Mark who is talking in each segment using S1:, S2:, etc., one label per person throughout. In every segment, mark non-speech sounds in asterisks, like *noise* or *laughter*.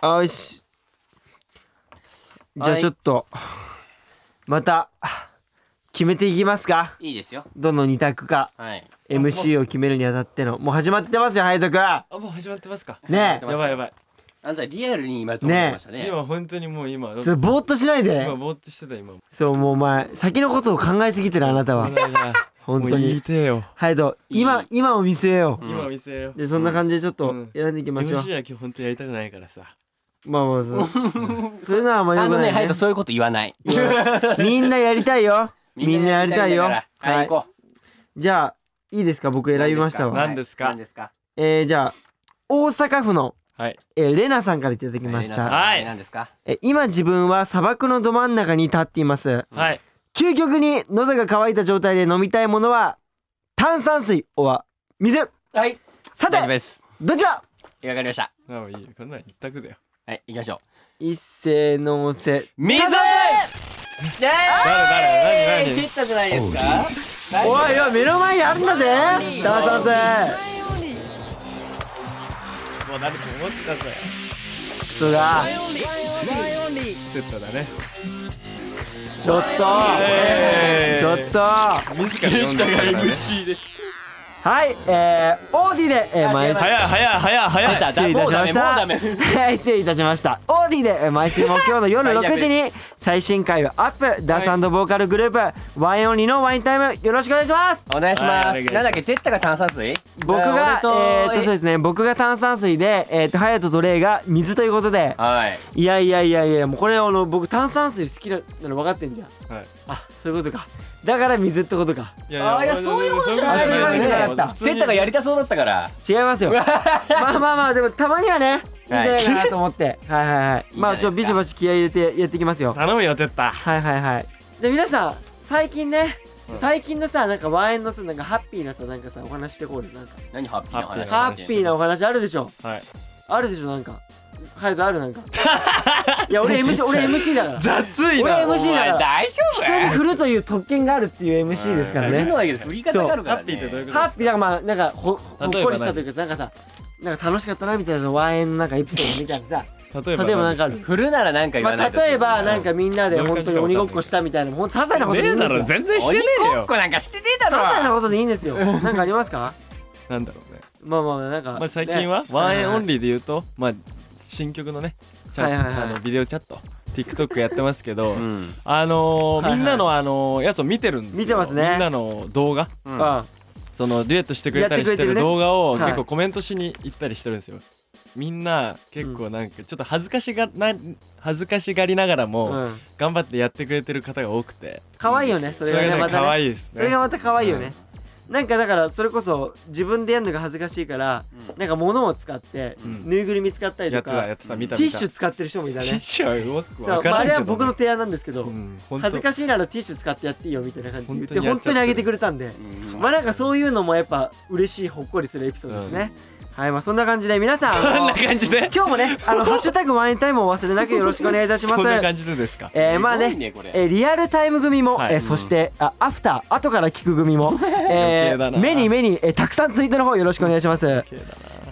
S1: あよしじゃあ
S2: はい
S1: ちょっとまた決めていきますか
S2: いいですよ
S1: どの2択か
S2: はい。
S1: MC を決めるにあたってのもう始まってますよ隼人
S3: あもう始まってますか
S1: くんね
S2: 始まって
S1: え
S2: ま
S3: やばいやばい
S2: あんたリアルに今と思いましたね。
S3: 今本当にもう今
S1: ちょっとぼーっとしないで
S3: 今ぼーっとしてた今
S1: そうもうお前先のことを考えすぎてるあなたは本
S3: もう
S1: 当
S3: 言い
S1: に
S3: てえよ
S1: 隼人
S2: いい
S1: 今今を見据えよ
S2: うん
S3: 今見せよ
S1: うでそんな感じでちょっと
S3: うん
S1: 選んでいきましょう、
S3: MC は基本とやりたくないからさ
S1: まあまあそうそういうのはあんま
S2: あ
S1: よく
S2: の
S1: な
S2: ね、
S1: い、
S2: ハ
S1: ね
S2: ヤトそういうこと言わない。
S1: みんなやりたいよみんなやりたいよ
S2: *laughs* みんなやりたいんだからはい、行こ
S1: じゃあいいですか僕
S2: う。
S1: 選びましたわ
S3: 何ですか
S2: 何ですか。
S1: えー、じゃあ大阪府の、
S3: はい
S1: えーレナさんからいただきまし
S2: レナさん
S1: た、
S3: はい
S2: 何ですか。
S1: えー今自分は砂漠のど真ん中に立っています
S2: うん
S3: はい
S1: 究極に喉が渇いた状態で飲みたいものは炭酸水おは水
S2: はい。
S1: さ
S2: 大丈夫
S1: て
S2: です。
S1: どちら
S2: わかりました。
S3: あもういいよこんなん一択だよ
S2: はい、行きましょう。
S1: 一斉のせ
S2: 水。
S1: 水
S2: 言っ
S3: 誰誰何
S2: て
S3: 何
S2: ったじゃないですか。大丈夫
S1: おいおい目の前にあるんだぜ炭酸水
S3: もう誰か思ってたぜ
S1: クソが
S3: セットだね
S1: ちょっと
S3: えー
S1: ちょっとは
S3: 自ら呼んでたからね
S1: いえー、オーディで、えー、毎週
S3: 早い早い早い
S2: 入っ
S3: 早
S2: た
S3: い
S1: 失礼いたしました
S2: もうダメもう
S1: はい失礼いたしましたオーディでえー毎週木曜の夜
S2: 最悪
S1: 6時に最新回をアップダンスボーカルグループワインオンリーのワインタイムよろしくお願いします
S2: お願いし
S3: はいお
S2: ま。
S3: 願いしますす
S2: なんだっけ、テッタが炭酸水。
S1: 僕が
S2: 俺
S1: えーっとそう
S2: と
S1: ですね僕が炭酸水でえーっと隼人とレイが水ということで
S2: はい。
S1: いやいやいやいやもうこれあの僕炭酸水好きなの分かってんじゃん
S3: はい
S1: あそういうことかだから水ってことか
S3: い
S2: あーいやそういうことじゃない
S1: そ
S3: そううことじゃない
S1: ういうわけじゃなかった
S3: 普
S2: テ
S3: 通に
S2: ッタがやりたそうだったから。
S1: 違い
S2: *laughs*
S1: ますよまあまあまあでもたまにはねいいんじゃないかなと思
S2: *laughs*
S1: ってはいはいはい
S2: い
S1: まあ
S2: いじゃないですか
S1: ちょビシバシ気合い入れてやっていきますよ
S3: 頼むよテッタ
S1: はいはいはいで皆さん最近ね、
S3: うん
S1: 最近のさなんかワインのさなんかハッピーなさなんかさお話してこうよなんか
S2: 何ハッピーな話。
S1: ハッピーなお話あるでしょ
S3: はい
S1: あるでしょなんか隼人あるなんかいや俺 MC 俺 MC だから
S3: 雑い
S1: 俺
S3: な
S1: MC だか
S2: お前
S1: ら
S2: 大丈夫。
S1: 人に振るという特権があるっていう MC ですから
S3: は
S2: 振る
S1: ね
S2: のはいいけど振り方があるからね。
S3: ハッピーってどういうこと
S1: ハッピーだからまあなんかほほっ
S3: 例えば何
S1: こりしたというかさなんかさなんか楽しかったなみたいなワインのなんかエピソードみたいなさ
S3: 例
S1: 例
S3: えば
S1: えばなんかあ
S3: ね
S1: る
S2: 振るならなんか言
S1: ま
S2: わな
S1: あ
S2: いと。
S1: 例えばなんかみんなで本当に鬼ごっこしたみたいなほんと些細なことでいい
S3: え
S1: んで
S3: だ
S1: すよ
S3: ろ全然して
S2: 鬼
S3: ねえ
S2: ごっ
S3: よ
S2: こなんかしてねえだ
S1: 些細
S2: ろ。
S1: なことでいいんですよ。なんかありますか？
S3: なんだろうね
S1: まあまあなんか。
S3: まあ最近はワンエンオン
S1: リ
S3: リーで言うとまあ新曲のねチャ
S1: はいはいはい
S3: あのビデオチャット TikTok やってます
S1: *laughs*
S3: けど
S2: うん。
S3: あの
S1: はいは
S3: ー
S1: い
S3: みんなのあのーやつを見てるんですよ
S1: 見てますね
S3: みんなの動画
S2: うん
S1: あ
S3: そのデュエットしてくれた
S1: やっ
S3: りして
S1: くれてる
S3: る
S1: ね
S3: 動画を
S1: はい
S3: 結構コメントしに行ったりしてるんですよみんな結構なんかちょっと恥ずかしがな恥ずかしがりながら
S1: あ、う
S3: も
S1: ん。
S3: 頑張ってやってくれてる方が多くて
S1: 可愛いよね。そ
S3: そ
S1: れが
S3: れ
S1: ね
S3: が
S1: ま
S3: ね可
S1: たね。
S3: 愛いです
S1: それが
S3: ね
S1: また可愛いよね。なんかだからそれこそ自分でやるのが恥ずかしいから
S2: うん
S1: なんか物を使って
S3: うん
S1: ぬいぐるみ使ったり
S3: や
S1: と
S3: ってた
S1: か
S3: やってた見た
S1: テ
S3: 見
S1: ィ
S3: た
S1: ッシュ使ってる人もいた
S3: ティッ
S1: ね。
S3: シュはよく
S1: そ
S3: わ
S1: うま
S3: から
S1: あ
S3: ん
S1: あ
S3: け
S1: れ
S3: ど
S1: は僕の提案なんですけど恥ず
S3: し
S1: かしいならティッシュ使ってやっていいよみたいな感じで言って
S3: 本当にや
S1: 本
S3: っち
S1: 当
S3: ゃってる
S1: にあげてくれたんで
S2: うん
S1: まあなんかそういうのもやっぱ嬉しいほっこりするエピソードですね。はいまあそんな感じで
S3: *laughs*
S1: 皆さんあの
S3: こんな感じで
S1: 今日もね、あのハッシュタグワインタイムをお忘れなくよろしくお願いいたします。
S3: そんな感じでですか
S1: えー、まあ
S2: すごい
S1: ね。
S2: ねこれ
S1: えーリアルタイム組も、
S3: はい
S1: えーそして、あアフター後から聞く組も、
S3: *laughs*
S1: え
S3: 計
S1: ー、
S3: だな
S1: 目に目に、えーたくさんツイートの方よろしくお願いします。
S3: 綺麗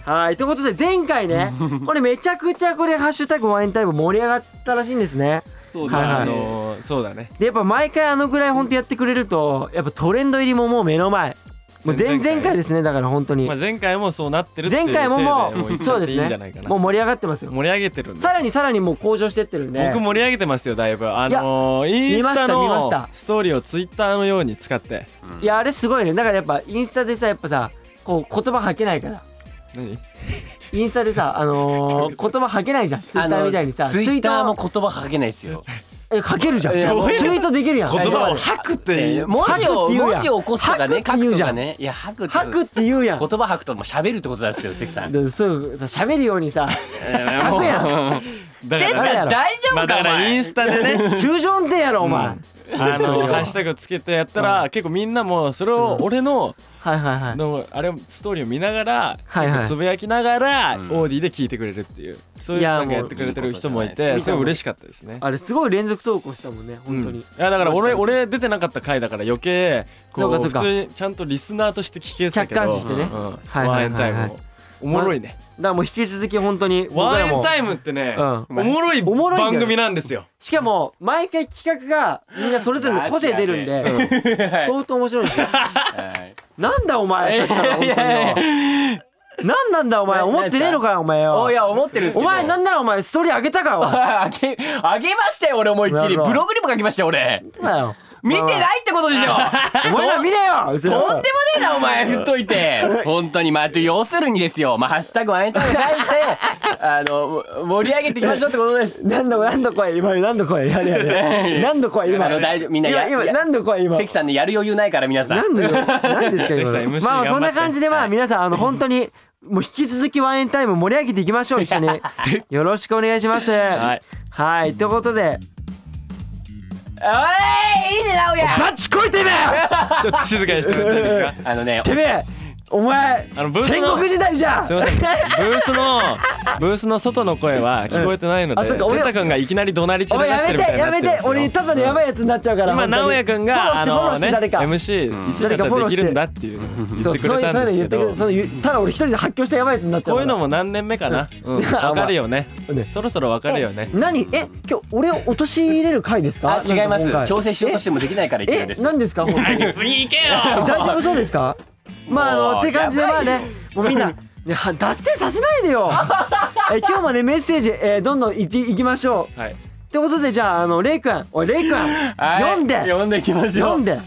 S3: だ
S1: はいということで前回
S3: *laughs*
S1: ねこれめちゃくちゃこれ「ハッシュタグワインタイム」盛り上がったらしいんですね。
S2: そう
S1: はいはい
S3: な
S2: だ
S3: あ
S2: ね
S3: のーそうだね
S1: でやっぱ毎回あのぐらい本当やってくれるとやっぱトレンド入りももう目の前もう前々回ですねだから本当に
S3: まあ前回もそうなってるっていう
S1: 前回もも
S3: 体で言っ
S1: う
S3: ち
S1: そ
S3: ゃ
S1: う
S3: っ
S1: で
S3: て
S1: す
S3: いいんじゃな
S1: ね
S3: いかな
S1: もう盛り上がってますよ
S3: 盛り上げてるんで
S1: さらにさらにもう向上してってるんで
S3: 僕盛り上げてますよだいぶあのーイ
S1: 見
S3: ンスタ
S1: ました見ま
S3: の
S1: した
S3: ストーリーをツイッターのように使って
S1: いやあれすごいねだからやっぱインスタでさやっぱさこう言葉吐けないから
S3: 何
S1: インスタでさあの
S2: *laughs*
S1: ー、言葉吐けないじゃんツイ
S2: あ
S1: ッタ
S2: の
S1: ーみたいにさ
S2: ツイッターも
S1: ツ
S2: 言葉かけないですよ。
S1: イートえ書けるじゃんツイ
S2: いやもう
S1: ートできるやん
S3: 言葉を
S1: え
S3: 吐くってい
S2: えー
S3: う
S2: 文字
S1: 吐くっ
S2: を
S1: て言うやん
S2: 文字を起こすとか
S1: 吐く
S2: ね
S1: っ
S2: 書
S1: て言う
S2: く
S1: じ
S2: と
S1: ゃ
S2: か
S1: ん
S2: ねいや吐くって
S1: 吐くって言うやん
S2: 言葉吐くともう喋るってことなんですよ関さん。
S1: でそう喋るように
S2: *laughs*
S1: さ
S2: 吐
S1: くや
S2: ん。
S3: だ
S2: 出
S3: か
S2: た
S3: らね
S1: やろ
S2: 大丈
S3: まあ
S2: 夫か
S3: だ
S2: お
S3: からイン
S2: 前
S3: ス。
S1: *laughs*
S3: タでね
S1: 通常運転やろお前、
S3: あのーハッシュタグをつけてやったら結構みんなもそれを俺の
S1: はいはいはい
S3: のあれストーリーを見ながら
S1: はいはい
S3: 結構つぶやきながら
S2: うん
S3: オーディで聞いてくれるっていうそういう
S1: いや
S3: なんかやってくれてる人もい
S2: もう
S3: て
S2: いいことじゃない
S3: すごい嬉しかったですね
S1: あれすごい連続投稿したもんね本当
S3: うん
S1: に
S3: い、やだから俺
S1: マジで
S3: 俺出てなかった回だから余計こ
S1: そうか
S3: う
S1: そう
S3: 普
S1: か
S3: 通にちゃんとリスナーとして聞けてたけど
S1: 客観視してね
S3: うんうん
S1: はいはいはいはい
S3: ワンエンタイムをおもろいね
S1: からもう引き続き本当に僕
S3: ワ
S1: ら
S3: ンエン
S1: も
S3: タイムってね、
S1: うん
S3: おもろい
S1: おもろいけど
S3: 番組なんですよ。
S1: しかも毎回企画がみんなそれぞれの個性出るんでうん相当面白いんですよ
S2: はい
S1: なんだお前さっきから本当によなんなんだお前
S2: な
S1: 思ってねえのかよお前よ
S2: おいや思ってるんですけ
S1: お
S2: ど
S1: 前なんならお前ストーリーあげた
S2: *laughs*
S1: かお前
S2: あげあげましたよ俺思いっきり
S1: なるほど
S2: ブログにも書きましたよ俺
S1: お前よ
S2: 見てないってことでしょ
S1: お前ら見れよ
S2: とんでもねえ *laughs* なお前振っといて本当にまあ要するにですよまあハッシュタグワンエン *laughs* タメ書いてあの盛り上げていきましょうってことです
S1: 何度何度声今何度声やれやれ何度声今
S2: あの大丈夫みんな
S1: 今
S2: や
S1: 今
S2: や
S1: 何度声今
S2: 関さんのやる余裕ないから皆さん
S1: 何度何ですか
S3: *laughs* 関さん
S1: 今
S3: MC
S1: まあ
S3: 頑張って
S1: そんな感じでまあ皆さんあの本当
S3: *laughs*
S1: にもう引き続きワンエンタイム盛り上げていきましょう一緒によろしくお願いしますはいいということで
S2: おいいいね直哉 *laughs*
S1: マッチこいてめえ
S3: ちょっと静かにしてもらっていいで
S1: *laughs*
S3: すか。
S2: あのね
S1: てめえお前
S3: あのブース
S1: 戦
S3: の
S1: 国時代じゃん
S3: すみません。ブースのブースの外の声は聞こえてないので、
S1: うんあそっ
S3: セ
S1: か俺
S3: タ君がいきなり怒鳴り
S1: お
S3: 散
S1: 前
S3: らか
S1: や
S3: して
S1: め
S3: るみたい
S1: て
S3: に
S1: や
S3: なって
S1: め
S3: るんで
S1: て
S3: すよ
S1: 俺ただのやばいやつになっちゃうから
S3: 今
S1: 本当に
S3: 直哉君があ
S1: フォロー
S3: の
S1: して
S3: ね
S1: フォローして誰か
S3: MC いつだったらできるんだっていうのを言
S1: そ
S3: っ
S1: う
S3: てく
S1: そう
S3: れ
S1: いう
S3: た
S1: そ
S3: ん
S1: ういうの言っ
S3: ですけ
S1: てくれそ。
S3: ど
S1: の言ただ俺一人で発狂したやばいやつになっちゃう
S3: こう
S1: か
S3: いう
S1: ら
S3: のも何年目かな。う
S1: *laughs*
S3: ん、分かるよね。
S1: ね
S3: そろそろ分かるよね。
S1: 何え今日俺を落とし入れる回ですか
S2: あ違い
S1: なんか
S2: ま
S1: 今
S2: す
S1: 回
S2: 調整しようとしてもできないから言ってるん
S1: え
S2: です
S1: 何ですか本当に
S3: 次行け *laughs*
S1: 大
S3: よ。
S1: 丈夫そうですかまああ
S2: も
S1: の
S2: う
S1: って感じで
S2: や
S1: まあ
S2: ばいよ
S1: ねもうみんなねは *laughs* 脱線させないでよえ今日もねメッセージ、えーどんどんいちいきましょう
S3: はい。
S1: ってことでじゃああのレイくんおいレイくん、
S2: はい
S1: 読んで
S2: 読んでいきましょ
S1: 読
S2: うん
S1: で
S2: *laughs* は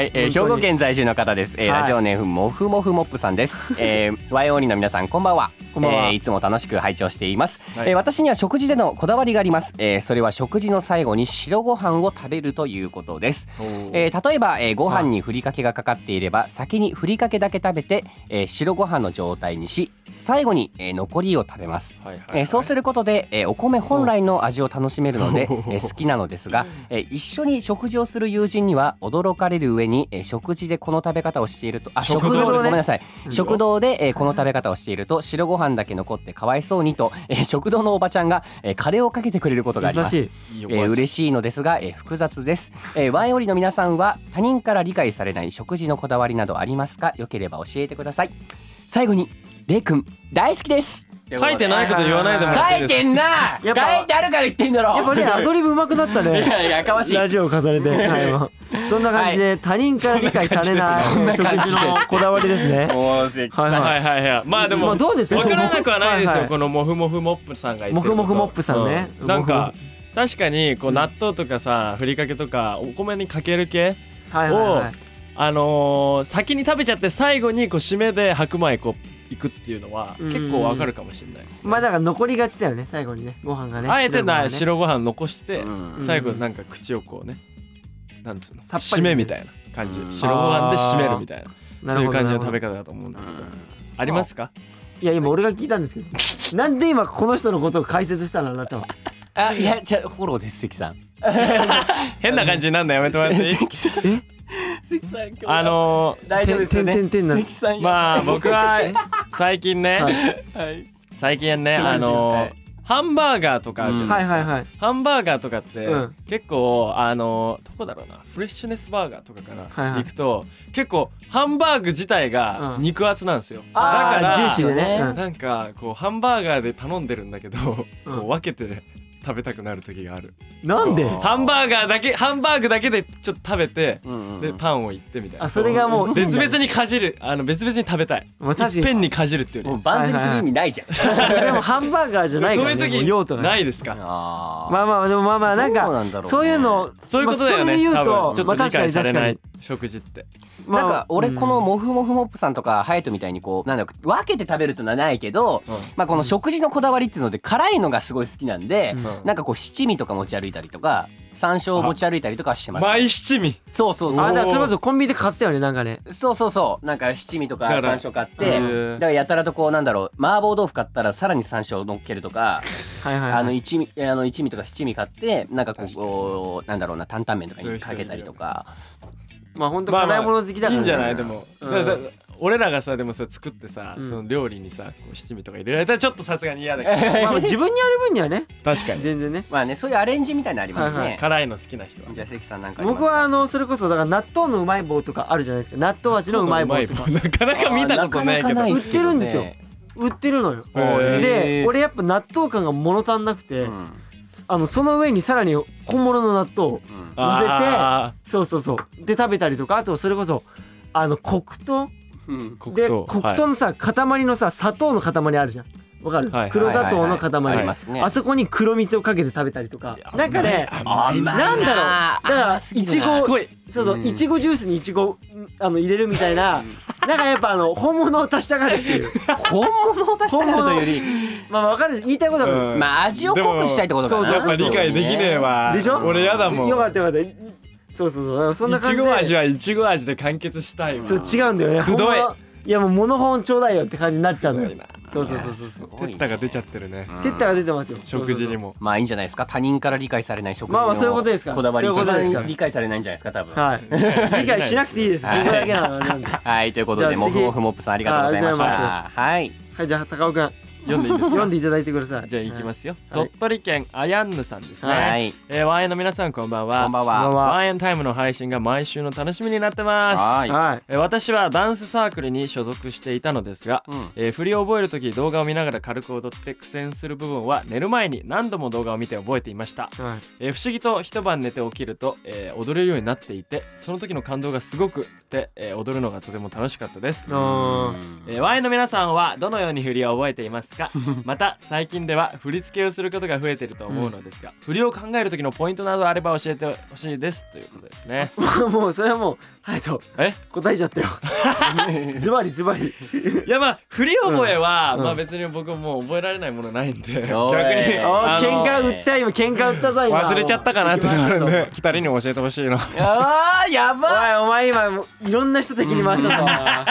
S2: い、えー
S1: 本当に
S2: 兵庫県在住の方です、えー
S1: はい
S2: ラジオネームもふもふもっぷさんです、
S1: *laughs*
S2: えー、ワイオーニーの皆さんこんばんは
S1: こんばんは
S2: えーいつも楽しく拝聴しています、
S3: はい
S2: えー私には食事でのこだわりがあります、えーそれは食事の最後に白ご飯を食べるということです、えー例えば、えーご飯にふりかけがかかっていれば先にふりかけだけ食べて、えー白ご飯の状態にし最後に、えー残りを食べます
S3: はいはい、
S2: えーそうすることで、えーお米本来の味を楽しめるので、えー好きなのですが、えー一緒に食事をする友人には驚かれる上に、えー食事でこの食べ方をしているとあ
S3: 食
S2: 食堂
S3: 堂で
S2: でごめんなさい
S1: よ
S2: 食堂で、えーこの食べ方をしていると白ご飯だけ残ってかわいそうにと、えー食堂のおばちゃんが、えーカレーをかけてくれることがあり
S1: 優
S2: ま
S1: し
S2: す。
S1: い
S3: いいよ
S2: えー嬉しいのですが、えー複雑です、えーワイオリの皆さんは他人から理解されない食事のこだわりなどありますかよければ教えてください最後にレイくん大好きです
S3: 書いてないこと言わないでもらってい
S2: 書
S3: い
S2: い
S3: です
S2: て
S3: か。
S2: んな
S1: やっ
S2: 書い
S1: てぱ
S2: あるから言ってんだろ
S1: やっぱねアドリブ上手くなった
S2: い
S1: ね
S2: やいややかましい
S1: ラジオを重ねて、はい、そんな感じで他人から理解されない
S2: そんな感
S1: 食
S2: じで
S1: 事のこだわりですね。
S2: もうせっ
S1: はい
S3: は
S1: はい
S3: はいはい。まあで
S1: い。ま
S3: も
S1: あどうです
S3: わからなくはないですよ、
S1: は
S3: このモフモフモップさんが言ってること
S1: モフモフモップさんね
S3: うなん
S1: モ
S3: か
S1: フ
S3: 確かにこう納豆とかさふりかけとかお米にかける系
S1: はいはいはいはい
S3: あのー先に食べちゃって最後にこう締めで白米こういくっていうのは
S1: うん
S3: 結構わかるかもしれない
S1: まあだから残りがちだよね最後にねご飯がね
S3: あえて
S1: 白
S3: な白ご飯残して
S1: うん
S3: 最後なんか口をこうねなんつうの
S1: さっぱり
S3: 締めみたいな感じ
S2: うん
S3: 白ご飯で締めるみたい
S1: な
S3: なそ
S1: る
S3: ういう
S1: ほど
S3: 感じの食べ方だと思うんだけどありますか
S1: いや今俺が聞いたんですけどなんで今この人のことを解説したのあなたは
S2: あいやじゃあフォローです関さん
S3: 変な感じになんのやめてもら
S1: *laughs*
S3: っていい
S2: さん
S1: え
S2: 関さん今日は
S3: あのー
S2: 大丈夫ですよね
S1: てんてんてんてんな
S2: 関さんや
S3: まあ僕は最近ね、
S1: はい
S2: はい
S3: 最近ね
S2: そうですよ
S3: あの、
S2: はい
S3: ハンバーガーとかあるじゃ
S2: うん
S3: ない
S1: はいはいはい
S3: ハンバーガーとかって、
S1: うん
S3: 結構あのどこだろうなフレッシュネスバーガーとかか
S1: はい
S3: ら
S1: はい
S3: 行くと、結構ハンバーグ自体が
S1: うん
S3: 肉厚なんですよ、だ
S2: あ
S3: か
S2: ー
S3: ら
S1: ジューシーでね
S2: う
S3: なんかこうハンバーガーで頼んでるんだけど、
S1: うん
S3: こう分けて食べたくなる時がある
S1: なんで
S2: あー
S3: ハンバーガーだけハンバーグだけでちょっと食べて、
S2: うんうん
S3: でパンをいってみたいな
S1: あそれがもう
S3: 別々にかじるあの別々に食べたい
S1: まあ確か
S3: いっぺん
S1: に
S3: にかじるっていうより
S2: もうバンズにする意味
S3: *laughs*
S2: ないじゃん
S1: でもハンバーガーじゃないから
S3: そう
S1: ね
S3: いう
S1: もう
S3: 時
S1: 用途が
S3: な
S1: ね
S3: いですか
S2: あ
S1: まあまあでもまあまあなん
S2: どう
S1: か
S2: なんだろうね
S1: そういうの
S3: そういうことだよね、
S1: まあそれで言
S3: 多
S1: う
S3: 分ち
S1: と
S3: ょ
S1: ま
S3: っ
S1: あ
S3: と
S1: 確
S3: 理
S1: か
S3: 解
S1: に
S3: され
S1: 確か
S3: ない
S1: に
S3: 食事って
S1: まあ
S2: なんか俺この
S1: うん
S2: モフモフモップさんとかハヤトみたいにこうなんだろう分けて食べるというのはないけど、
S3: うん
S2: まあこの食事のこだわりっていうので辛いのがすごい好きなんで、
S3: うん
S2: なんかこう七味とか持ち歩いたりとか山椒を持ち歩いたりとかはしてます。
S3: 毎七味
S2: そうそう
S1: あ
S2: そ
S1: だ
S2: う。
S1: からそれこそコンビニで買ってたよねなんかね
S2: そうそうそうなんか七味とか
S3: だから
S2: 山椒買っ
S3: へ
S2: て
S3: ー
S2: だからやたらとこうなんだろう麻婆豆腐買ったらさらに山椒乗っけるとか
S1: はいはいはい
S2: あの一味あの一味とか七味買ってなんかこうこうなんだろうな担々麺とかにかけたりとか *laughs*
S1: まあ本当
S3: まあまあ
S1: 辛いもの好きだからね
S3: いいんじゃないでも、
S1: うん
S3: だからだ俺らがさでもさ作ってさ、
S1: うん
S3: その料理にさこう七味とか入れられたらちょっとさすがに嫌だけ
S1: *laughs*
S3: ど
S1: まあまあ自分にやる分にはね
S3: 確かに
S1: 全然ね
S2: まあねそういうアレンジみたいなのありますね。
S1: はいは
S3: 辛いの好きな人は
S2: じゃあ関さんなんかあります
S1: 僕はあのそれこそだから納豆のうまい棒とかあるじゃないですか納豆味のうまい棒とか
S3: なかなか見たことないけ
S2: なかな
S3: ど
S2: かない
S1: 売ってるんですよ
S2: ね
S1: 売ってるのよ。
S3: へー
S1: で俺やっぱ納豆感が物足んなくて、あのその上にさらに本物の納豆を
S3: あ
S1: そうそうそうで食べたりとかあとそれこそあの黒糖
S3: ー黒
S1: で
S3: 糖
S1: 黒糖のさ、塊のさ砂糖の塊あるじゃんわかる、
S3: はいはい
S1: 黒砂糖の塊、
S2: ありますね
S1: あそこに黒蜜をかけて食べたりとか
S3: いや
S1: なんかね
S3: 甘いな
S1: なんだろうだからいち
S3: しつ
S1: ご
S3: こい
S1: そうそううんいちごジュースにいちごんあの入れるみたいななんかやっぱあの本物を足したがるって
S3: *laughs*
S1: いう
S2: 本物を出したがるというよ
S1: まあわかる言いたいことはわかる
S2: りまあ味を濃くしたいってことかな
S1: でも
S3: やっぱ理解できねえわ
S1: でしょ
S3: 俺やだもん
S1: よかったよかったそうそうそうだからそんない感じ
S3: ち
S1: で
S3: ご味はいちご味で完結したいわ
S1: そう違うんだよね
S3: くどい
S1: ほんまいやもう物本ちょうだいよって感じになっちゃうのよ
S3: すごいな
S1: そうそうそうそうそう
S2: そう
S3: テッタが出ちゃってるね
S1: テッタが出てますよ
S3: 食事にも
S2: まあいいんじゃないですか他人から理解されない食事の
S1: まあまあそういうことですから
S2: こだわり
S1: そういうこ
S2: 一
S1: とですから
S2: 番理解されないんじゃないですか多分
S1: そうそうそうはい
S3: *laughs*
S1: 理解しなくていいです僕
S2: はい
S1: だけなのなんで
S2: はいということで
S1: じゃあ
S2: も
S1: 次
S2: ふもふもっぷさんありがとうございまし
S1: あありがとうござ
S2: たはい
S1: はいじゃあ高尾くん
S3: 読んでいいです
S1: 読
S3: か
S1: んでいただいてください
S3: じゃあ行きますすよ
S1: はい
S3: 鳥取県あやんぬさんです
S1: は
S2: は
S3: ね
S2: い
S3: えーワンエンの皆さんこんばん
S2: こ
S3: は
S2: んばん
S1: こんばん
S2: は
S1: は
S3: ワンエンタイムの配信が毎週の楽しみになってます
S2: はい
S1: はい
S3: えー私はダンスサークルに所属していたのですが
S2: うん
S3: えー振りを覚える時動画を見ながら軽く踊って苦戦する部分は寝る前に何度も動画を見て覚えていました
S1: はい
S3: えー不思議と一晩寝て起きると、えー踊れるようになっていてその時の感動がすごくて、えー踊るのがとても楽しかったです、
S1: あ
S3: えー、ワインの皆さんはどのように振りを覚えていま
S2: *laughs*
S3: すかまた最近では振り付けをすることが増えていると思うのですが、振りを考える時のポイントなどあれば教えてほしいですということです
S2: *laughs*
S3: ね
S1: ーもうそれはもうはいと
S3: え
S1: 答えちゃった
S3: *laughs*
S1: よズバリズバリ
S3: いやまあ振り覚えは、
S1: うん
S3: まあ別に僕もう覚えられないものないんで逆
S2: お
S3: に
S2: い
S1: おー
S3: *laughs* あの
S1: 喧嘩売った今喧嘩売ったぞ今
S3: 忘れちゃったかなってなるんで二人にも教えてほしいな
S2: あーや
S1: お
S2: ば
S1: いお前今もういろんな人敵に回した
S3: *laughs*
S1: ぞ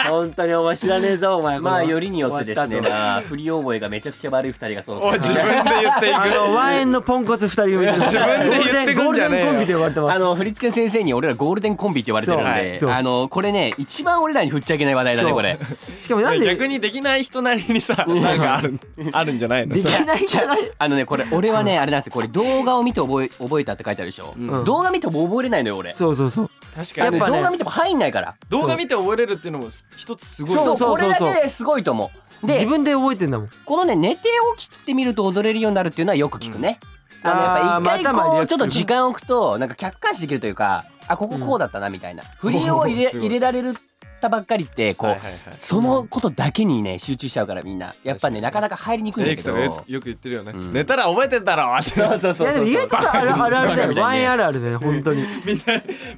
S1: 本当にお前知らねえぞお前
S2: まあよりによってですね
S1: 終わったと
S2: まあ振り覚えがめちゃくちゃ悪い二人がそ
S3: お
S2: う
S3: 自分で言っていく
S1: あのワンエンのポンコツ二人組自
S3: 分で言ってくんじゃねえよ
S1: ゴールデンコンビで呼ばれてます
S2: あの振り付けの先生に俺らゴールデンコンビって言われてるん
S3: そう
S1: はいそう
S2: であのこれね一番俺らに振っちゃいけない話題だね
S1: そう
S2: これ
S1: しかも *laughs* なんで
S3: 逆にできない人なりにさなんかあるあるんじゃないの
S1: でき
S3: さ
S1: ないんじゃない
S2: あのねこれ俺は
S1: *laughs*
S2: ねあれなんですよこれ動画を見て覚え覚えたって書いてあるでしょ
S1: ん
S2: 動画見ても覚えれないのよ俺
S1: そうそうそう
S3: 確
S2: あの
S3: か
S1: や
S3: に
S1: っぱね
S2: 動画見ても入んないから
S3: 動画見て覚えれるっていうのも一つすごい
S1: そう
S2: そう
S1: そう
S2: これだけですごいと思う
S1: 自
S2: で
S1: 分で覚えてんだもん
S2: このね寝て起きてみると踊れるようになるっていうのはよく聞くね
S1: うん
S2: あのや
S1: あ
S2: っ
S1: ー
S2: ぱ一回
S1: またまあ
S2: こ
S1: リア
S2: う
S1: ク
S2: ちょ
S1: ショ
S2: っ
S1: ン
S2: と時間を置くとなんか客観視できるというかあこここうだったなみたいな振りを入れ
S3: うん
S2: 入れられるたばっかりってこ
S3: はいうはいはい
S2: そのことだけにね集中しちゃうからみんなやっぱねなかなか入りにくいんだ
S3: エレ
S2: け
S3: ク
S2: ど
S3: トがよよく言ってるよね、
S2: うん
S3: 寝たら覚えてんだろって
S2: そうそう
S1: い
S2: そう
S1: やで
S2: そ
S1: も
S2: う
S1: 意外とさあるあるあるだよね
S2: バカ
S1: ワ
S2: みたいにね
S1: ンエンあるあるだよね本当に
S3: みんな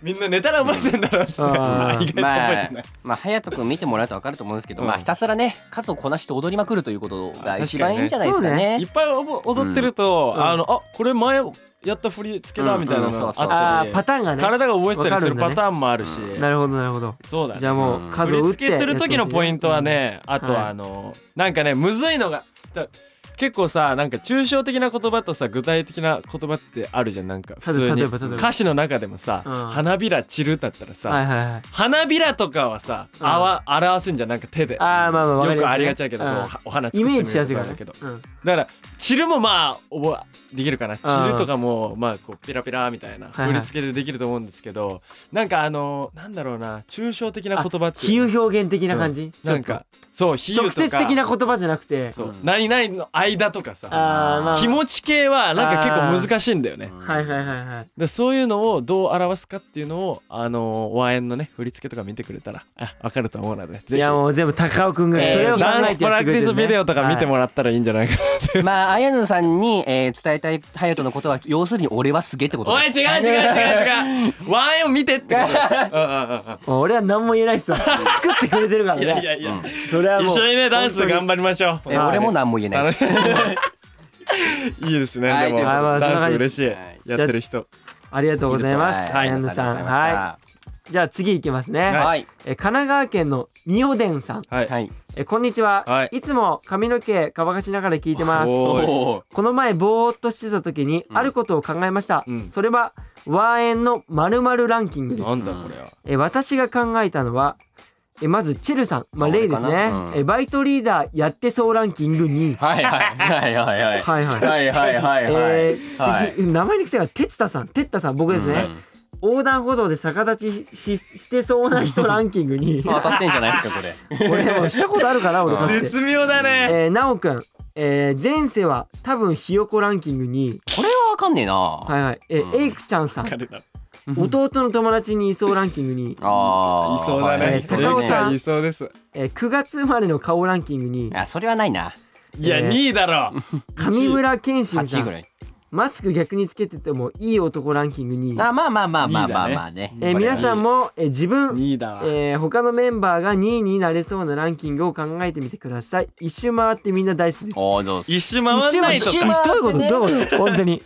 S3: みんな寝たら覚えてんだろっつって、
S1: うん
S3: まあ *laughs* 意外と覚えて
S2: まあ
S3: ない、、
S2: まあ、隼人君見てもらうと分かると思うんですけど、
S3: うん
S2: まあひたすらね数をこなして踊りまくるということが一番いいんじゃないですか
S1: 確かに
S2: ね。
S3: いっぱい覚踊ってると、
S1: うん
S3: あのあこれ前やった振り付けだみたいなのがあっ
S2: うんうんそうそう
S1: あ
S3: たり
S1: ーパターンがね
S3: 体が覚えてたりするパターンもあるし、
S2: わかるんだ
S1: なるほどなるほど
S3: そうだね
S1: じゃあもう数
S3: 振
S1: を打
S3: り
S1: っ
S3: 付
S1: て
S3: けする時のポイントはねあと
S1: は
S3: はいあのなんかねむずいのがだ結構さなんか抽象的な言葉とさ具体的な言葉ってあるじゃんなんか普通
S1: 例
S3: に
S1: えば例えば
S3: 歌詞の中でもさ
S1: うん
S3: 「花びら散る」だったら
S1: は
S3: さ
S1: いはいはい
S3: 花びらとかはさ
S1: うん
S3: あわ表すんじゃんなんか手でよ
S1: あーまあまあわかりますね
S3: くありがちだけど
S1: う
S3: こ
S1: ん
S3: うお花作
S1: イ
S3: ってみ
S1: メー
S3: る
S1: ジしやすい
S3: と
S1: か
S3: からだ
S1: ね
S3: けど
S1: うん
S3: だから散るもまあ覚えできるかな散るとかもまあこうピラピラみたいな
S1: はいはい
S3: 振り付けでできると思うんですけどなんかあのなんだろうな抽象的な言葉って
S1: 比
S3: いうの
S1: 喩表現的な感じ
S3: なんかそう比喩とか
S1: 直接的な言葉じゃなくて
S3: そううん何々の間とかさ
S1: あーまあ
S3: 気持ち系はなんか結構難しいんだよね
S1: はいはいはいはい
S3: でそういうのをどう表すかっていうのをあの和円のね振り付けとか見てくれたらあ分かると思うので
S1: い
S3: ぜひ
S1: やもう全部高尾くんが
S2: えー
S1: それを考
S3: ダン
S1: え
S3: ス
S1: て
S3: プ
S1: やっ
S3: ラ
S1: て
S3: ク
S1: くれ
S3: ティ
S1: て
S3: ス
S1: るね
S3: ビデオとか見てもらったらいいんじゃないかな
S2: まあ、綾野さんに、えー伝えたい隼人のことは要するに俺はすげえってこと
S3: おい
S2: で
S3: 違う
S2: す。
S3: 違う違う違う和円を見てってことだうんうんうん
S1: はい俺は何も言えないっすわ作ってくれてるから
S3: うんいやい
S1: ね
S3: やいや
S1: それは
S3: 一
S1: もう
S3: 緒にねダンス頑張りましょう
S2: えー俺も
S3: な
S2: 何も言えないです。
S3: いいですね
S2: はいと
S3: でも
S2: いうこと
S1: で
S3: ダンス嬉しい
S2: はい
S3: やってる人
S1: ありがとうございます
S2: は
S1: あ
S2: い
S1: やのさんは
S2: あ
S1: いじゃあ次いきますね
S2: りがとうございましたはい。
S1: え神奈川県のみおでんさん
S3: はい
S2: はい。
S1: えこんにちは、
S3: はい
S1: い、つも髪の毛乾かしながら聞いてます
S3: おーい
S2: おー
S1: この前ぼーっとしてた時に
S2: うん
S1: あることを考えました、
S3: うん
S1: それはワーエンの〇〇ランキングです
S3: なんだこれは
S1: え私が考えたのはえまずチェルさん、まあ、
S2: あ俺
S1: レイです
S2: か
S1: ね、
S2: なうん
S1: えバイトリーダーやってそうランキング2
S2: はいはいはいはいはい。
S1: はいはい
S2: はいはいはいはい。
S1: えー次名前に癖がテツタさんテッタさん僕ですね、横断歩道で逆立ちししてそうな人ランキングに
S2: *laughs* まあ当たってんじゃないですかこれ。
S1: 俺もうしたことあるかな俺かって
S3: 絶妙だね
S1: えー、なおくん、えー、前世は多分ひよこランキングに
S2: これはわかんねえな。
S1: はいはいえー
S2: うん
S1: エイクちゃんさん
S3: 彼だ
S1: 弟の友達にいそうランキングに、
S2: ああ。
S3: いそうだ
S2: は
S3: ね
S2: い
S1: そ
S2: そうれ
S1: だね
S3: ゆきちゃ
S1: 高尾さん
S3: んいそうです
S1: えー、9月生まれの顔ランキングに
S2: あそれはないな。
S3: いや
S1: えー
S3: 2位だろ
S1: 上村健信
S2: 八
S1: さ
S2: 位ぐ
S1: ん
S2: らい。
S1: マスク逆につけててもいい男ランキングに、
S2: あまあまあまあまあ
S3: い
S2: ま
S3: いだ
S2: あ
S3: ね
S2: まあね。
S1: えー
S2: これは
S1: 皆さんも、えー自分
S3: 2位だわ
S1: えー他のメンバーが2位になれそうなランキングを考えてみてください一周回ってみんな大好きです
S2: おーどうす
S3: 一周回んない
S2: 一
S3: と
S2: 周
S3: か
S2: 回って
S1: どういうこと
S2: ね
S1: どういうこと本当に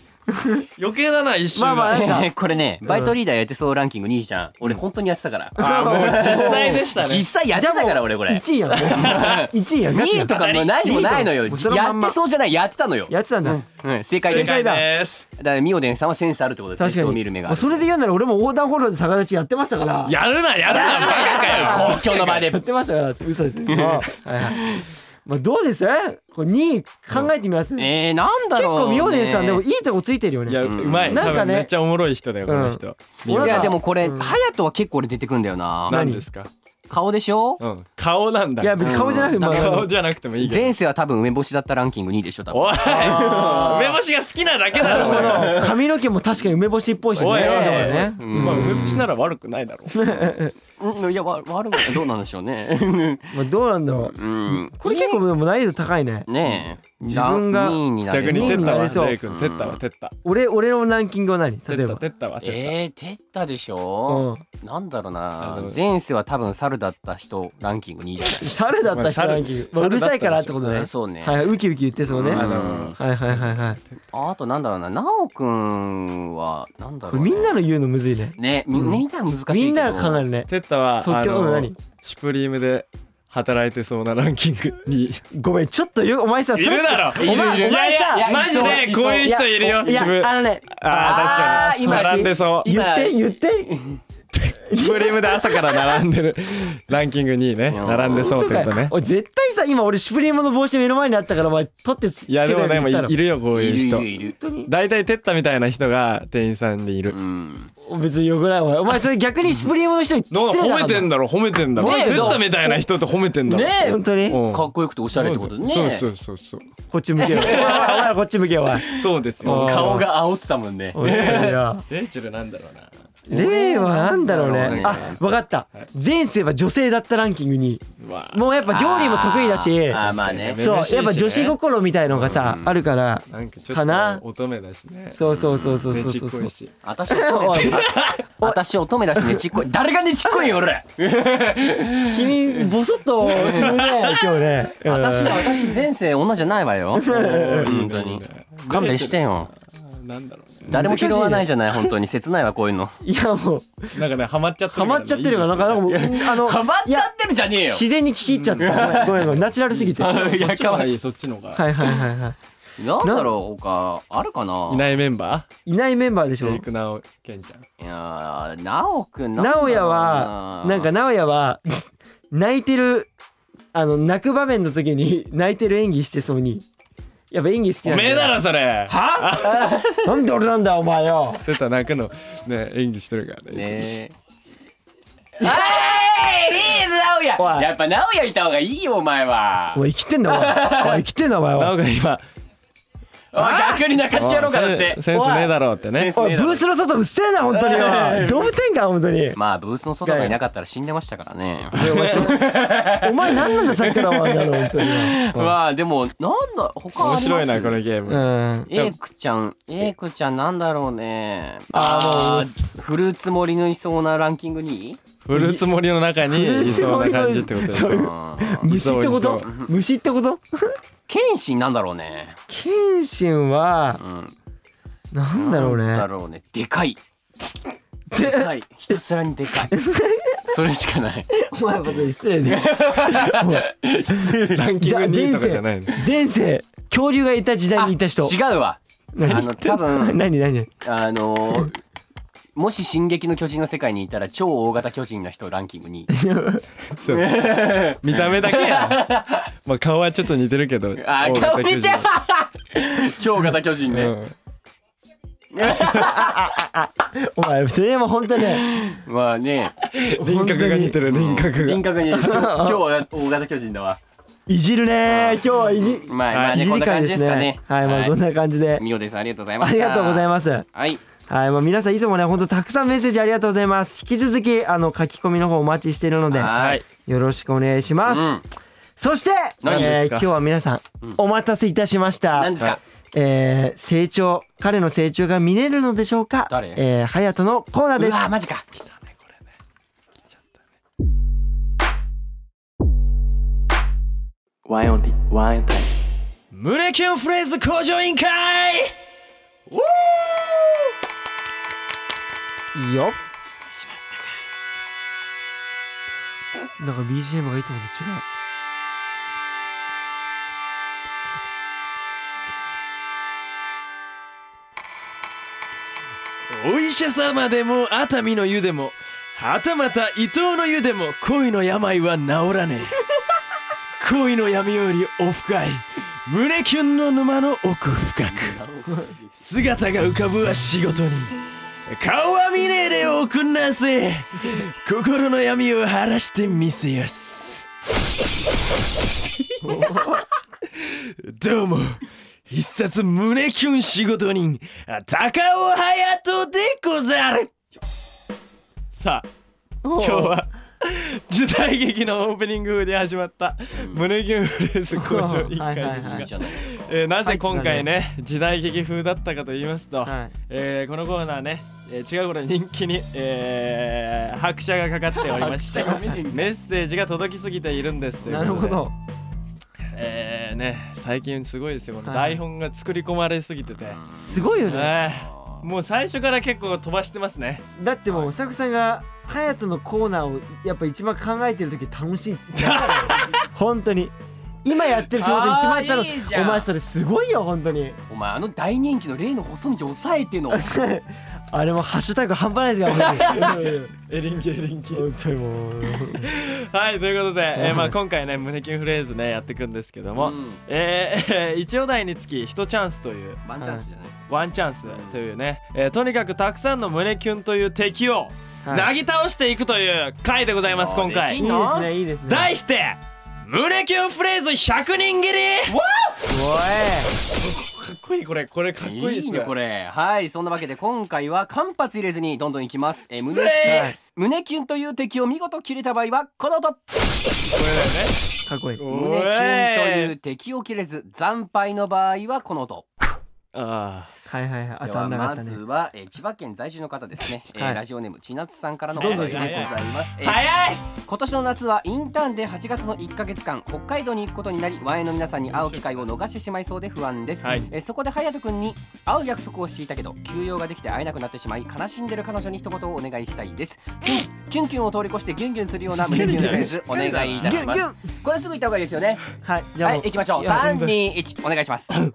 S3: 余計だな一周
S1: まあまあ
S3: が
S1: なんか
S2: *laughs* これねバイトリーダーやってそうランキング2位じゃん。俺本当にやってたから。
S3: あーもう実際でした
S2: 実
S3: ね
S2: 際やってたから俺これ。
S1: 1位やん1位やん
S2: 2
S1: ガチ
S2: 位
S1: やん
S2: とかもう何もないのよ。
S1: もうそのま
S2: や
S1: ん
S2: っ
S1: ま
S2: てそうじゃないやってたのよ。
S1: やってたんだ、
S2: うん正解で
S3: 正
S1: 正
S2: す。だ
S1: 解
S3: 解
S1: だ
S3: です
S2: からミオデンさんはセンスあるってことですね。
S1: 確か
S2: 人を
S1: に
S2: 見る目があ
S1: もう
S2: る。
S1: それで言うなら俺も横断歩道で逆立ちやってましたからや
S3: やるなやるなバカかよ
S2: 公共の場
S1: *laughs*
S2: で
S1: ってましたから嘘
S2: *laughs*
S1: ですよはいはいまあどうですこれ2位考えてみます、結
S2: えー、なんだろう、ね、
S1: 構ミオネさんでもいいとこついてるよね
S3: いやう
S2: うん
S3: まい
S1: なん
S3: 多
S1: かね
S3: 分めっちゃおもろい人だよこの人
S2: い
S1: 俺
S2: や
S1: は
S2: でもこれ
S1: うん
S2: 隼人は結構俺出てくんだよな
S1: な
S3: 何ですか
S2: 顔でしょ
S3: うん顔なんだ
S1: いや別に顔じゃなくて、
S2: うん
S1: まあ
S3: 顔じゃなくてもいいけど
S2: 前世は多分梅干しだったランキング2位でしょ多分
S3: おい
S1: あー
S3: 梅干しが好きなだけだろ
S1: な
S3: 俺
S1: るほど髪の毛も確かに梅干しっぽいしね
S3: おいおいおい
S1: だからね
S2: うん
S3: まあ梅干しなら悪くないだろ
S2: うんいやわ悪いどうなんでしょうね
S1: まあ、どうなんだろう
S2: うん
S1: これ結構でも難易度高いね
S2: ねえ
S1: 自分が
S2: 2位になれ
S3: 逆に
S1: 手
S3: て
S1: に
S3: った
S1: な
S3: わ
S1: りそう
S3: レイ君てったわてった
S1: 俺俺のランキングは何例
S3: て
S1: え
S3: った
S1: ば
S3: てったわてっ
S2: えー、てったでし
S1: う
S2: ょ、
S1: ん
S2: なんだろうな
S3: あの
S2: 前世は多分猿だった人ランキング2位じゃ
S1: 猿だった人ランキング、
S3: まあ
S1: まあうる
S3: 猿
S1: さいからってこと
S2: ない、
S1: ね
S2: そうね、
S1: はいはいウキウキ言ってそうね、
S2: うん
S1: はいはいはいはい
S2: あとなんだろうな奈くんはなんだ
S1: こ
S2: ろ
S1: れ
S2: う、ね、
S1: みんなの言うのむずいね
S2: ねみ,、
S1: うん
S2: みんな難しいけど
S1: みんなが考えるね
S3: たてったは
S1: 即
S3: あ
S1: 興の
S3: の
S1: 何
S3: シュプリームで働いてそうなランキングに
S1: ごめんちょっとよお前さ
S3: いるだろ
S1: お前お
S3: いや
S1: 前
S3: い
S1: さ
S3: や
S2: いや
S3: マジで
S2: いそう
S3: こういう人いるよ
S1: いや
S3: 自分
S1: あのね
S3: あー確か
S2: あー
S3: に並んでそう
S1: 言
S2: 今
S1: って言って
S3: シュプリームで朝から並んでるランキングにね
S2: いや
S3: 並んでそうってことね
S1: 俺絶対さ今俺シュプリームの帽子目の前にあったからお前取ってつつ
S3: い
S1: けた
S3: やでもね
S1: よう
S3: もう
S1: に
S3: い
S1: 言ったろ
S3: いるよこう
S2: い
S3: いう
S2: るい
S3: 人
S2: るいる
S1: 本当に
S3: 大体てったみたいな人が店員さんでいる
S2: うん
S1: 別によくないお前お前それ逆にシュプリームの人に失
S3: なんか
S1: 礼
S3: 褒
S1: だ
S3: めてんだろ褒めてんだろ
S2: ねえ
S3: てったみたいな人って褒めてんだろ
S2: ねえ
S1: 本当に
S3: うん
S2: かっこよくておしゃれってことね。
S3: そうそうそうそう
S1: こっち向けよお前らこっち向けよお前
S3: そうです
S1: あー
S3: よ
S2: 顔が煽ってたもんね。
S1: おいちょっとよ
S3: レイチェルなんだろうな
S1: 例はなんだろう
S2: なん
S1: ね。
S2: だろうね
S1: あ、わかった。前世は女性だったランキングに、
S3: うわ
S1: もうやっぱ料理も得意だし、
S2: あーあーまあね。
S1: そう、
S3: 女々しいしね
S1: やっぱ女子心みたいのがさ、あるから、
S3: なんかちょ
S1: かな
S3: っと乙女だしね
S1: そうそうそうそうそう
S3: ねち
S1: そ
S3: っ
S1: うそ。
S3: こいうし
S2: 私乙女だあ私乙女だ
S1: *laughs*
S2: しねちっこい。誰がねちっこいよ俺。
S1: 君ボソッと言うね今日ね。うん
S2: 私だ私前世女じゃないわよ。本当に。勘弁してよ。
S3: なんだろうね
S2: 誰も拾わないじゃない本当に切ないわこういうの。
S1: いやもう
S3: なんかねハマっちゃってる
S1: ハマっちゃってるからなんかなんかもうあの
S2: *laughs* ハマっ
S1: い
S2: ちゃ
S1: や
S2: ってるじゃねえよ。
S1: 自然に聞き入っちゃってた。ごめんごめんナチュラルすぎて。はい
S3: いやかわい
S2: い
S3: いそっちの方が
S1: はいはいは
S2: なんだろう他あるかな。
S3: いないメンバ
S1: い。いないメンバーでし
S3: ーレ
S1: ょ
S3: イ。クナオケンちゃん
S2: いやーなおくんなんだろ
S1: 直
S2: う
S1: 哉はなんか直哉は *laughs* 泣いてるあの泣く場面の時に *laughs* 泣いてる演技してそうにやっぱ演技好き
S3: お
S1: なん
S3: めえだ
S1: よ
S3: ろそれ
S1: なんで俺なんだよお前よ
S3: 出た泣くのね演技してるから
S2: *laughs* ね
S3: ね
S2: え。はいいいなお
S1: おい
S2: ややっぱなおやいた方がいいよお前は
S1: お。前生きてんだお
S3: *laughs*
S1: 前お前生きてんだお前
S3: なお
S1: は
S3: が今
S2: おい逆に泣かしてやろうかだって
S3: センセンスねえだろうってね
S2: お
S1: おいブースの外うっせえな本当によ動物園か本当
S3: *laughs*
S1: に
S2: まあブースの外がいなかったら死んでましたからね
S1: *laughs* お前何なんださっきからお前だろ本当によ
S2: まあでもなんだ他あ
S3: 面
S2: ります
S3: 白いなこのゲー
S1: うん
S3: ム
S2: エイクちゃんエイクちゃんなんだろうね
S1: あー
S2: あーフルーツ盛りのいそうなランキングに
S3: フルーツ盛りの中にいそうな感じってことでし
S1: フルーツ盛りの虫って
S3: ょ
S1: こ
S3: い
S1: と
S3: そ
S1: 虫ってこと
S2: 剣心なんだろうね
S1: 謙信は
S2: うん
S1: *laughs* なんだろう
S2: なん
S1: ね
S2: だろうねでかいでかいひたすらにで
S1: *laughs*
S2: かいそれしかない
S1: お前まず失礼
S2: *laughs*
S1: で
S3: ランキング2位とかじゃないの
S1: 前世恐竜がいた時代にいた人
S2: あ違うわあの多分
S1: *laughs* 何何
S2: あのーもし「進撃の巨人」の世界にいたら超大型巨人な人ランキン
S1: *laughs*
S2: グに
S3: 見た目だ
S2: *laughs*
S3: けやまあ顔はちょっと似てるけど
S2: あ
S3: 大
S2: ー
S3: 型
S2: 顔
S3: 巨
S2: 見 *laughs*
S3: 人
S2: て超大型巨人ね、
S3: うん
S1: お前それも本当ね
S2: まあね
S4: 輪郭が似てる輪郭が
S2: 輪
S1: *laughs*
S2: 郭に超超大型巨人だわ
S1: いじるね今日はいじ
S2: まあまあね
S1: いじ
S2: こん
S1: り
S2: な
S1: 会
S2: 感じですかね
S1: はいまあそんな感じで
S2: みおでさんありがとうございま
S1: あ
S2: す
S1: りがとうござい
S2: す
S1: ます
S2: はい
S1: はい、もう皆さんいつもね、本当たくさんメッセージありがとうございます。引き続き、あの、書き込みの方お待ちしているので、
S2: はい
S1: よろしくお願いします。
S2: うん
S1: そして、
S2: 何
S1: えー
S3: ですか
S1: 今日は皆さん、お待たせいたしました。
S2: 何ですか
S1: えー成長、彼の成長が見れるのでしょうか
S2: 誰
S1: えー、隼人のコーナー
S2: う
S1: です。
S2: わマジか
S3: ワインオンリーワインタイム胸キュンフレーズ向上委員会
S1: いいよ。なんか BGM がいつも
S3: お医者様でも熱海の湯でもはたまた伊東の湯でも恋の病は治らね *laughs* え恋の闇よりお深い胸キュンの沼の奥深く姿が浮かぶは仕事に顔は見ねえでおくんなせ心の闇を晴らしてみせやすどうも必殺胸キュン仕事人高尾隼人でござるさあ今日
S1: 違う。
S3: は時代劇のオープニング風で始まった胸キュンフレーズ向上委員会
S1: *laughs* はいはいはい
S2: い
S3: で
S2: い
S3: す
S2: じ
S3: が
S2: ゃないですか
S3: えーなぜ今回ね時代劇風だったかと言いますと、
S1: はい
S3: えーこのコーナーね、えー、違う頃人気に、えー拍車がかかっておりまし
S1: *laughs*
S3: てメッセージが届きすぎているんですというこ
S1: な
S3: とで
S1: るほど。
S3: えーね最近すごいですよこの
S1: はい
S3: 台本が作り込まれすぎてて、
S1: すごいよね。
S3: えーもう最初から結構飛ばしてますね
S1: だってもうおさくさんが隼人のコーナーをやっぱ一番考えてる時楽しいっつって本当に今やってる仕事で一番楽し
S2: あーいいじ
S1: い
S2: ゃん
S1: お前それすごいよ本当に *laughs*
S2: お前あの大人気の例の細道抑えての
S1: あれもハッシュタグ半端ないですから本当にうん
S3: エリンギエリンギ
S1: 本当にもう
S3: はいということで、 *laughs* えーまあ、今回ね胸キュンフレーズねやっていくんですけども、
S2: うん
S3: えー *laughs* 一お題につき1チャンスという
S2: ワンチャンスじゃない
S3: ワンチャンスというね、えーとにかくたくさんの胸キュンという敵を
S1: は
S3: なぎ倒していくという回でございます
S2: あー
S3: 今
S2: で
S1: いいい
S2: き
S3: 回
S1: ですねいいですね
S3: 題して胸キュンフレーズ100人切りかっこいいこれこれかっこいいっ
S2: い
S3: す
S2: いねこれはいそんなわけで今回は間髪入れずにどんどんいきます、えー、胸
S3: 失礼
S2: はい胸キュンという敵を見事切れた場合はこの音
S1: かっこいい
S3: これ
S2: 胸キ
S3: だよね
S2: ュンと
S3: お
S2: い
S3: いう
S2: 敵を切れず惨敗の場合はこの音
S3: あー
S1: はいはいはい当
S2: で
S1: た
S2: は
S1: んなかっ
S2: ま
S1: た
S2: ず
S1: ね
S2: は、えー、千葉県在住の方ですね、えー
S1: はい
S2: ラジオネームちなつさんからのお
S3: どん
S2: 題
S3: どん
S2: でございます、えー
S3: 早い
S2: 今年の夏はインターンで8月の1ヶ月間北海道に行くことになりワイの皆さんに会う機会を逃してしまいそうで不安です、
S3: はい
S2: えそこで隼人君に会う約束をしていたけど休養ができて会えなくなってしまい悲しんでる彼女に一言をお願いしたいですキュンキュンキュンを通り越してギュンギュンするような胸キュンフレーズお願いいた
S1: ギ
S2: し
S1: ュン
S2: ま
S1: ギ
S2: す
S1: ュン
S2: これすぐ言った方がいいですよね
S1: はいじゃあ
S2: はい
S1: もう
S2: 行きましょう
S1: いや
S2: 三二一お願いします
S3: う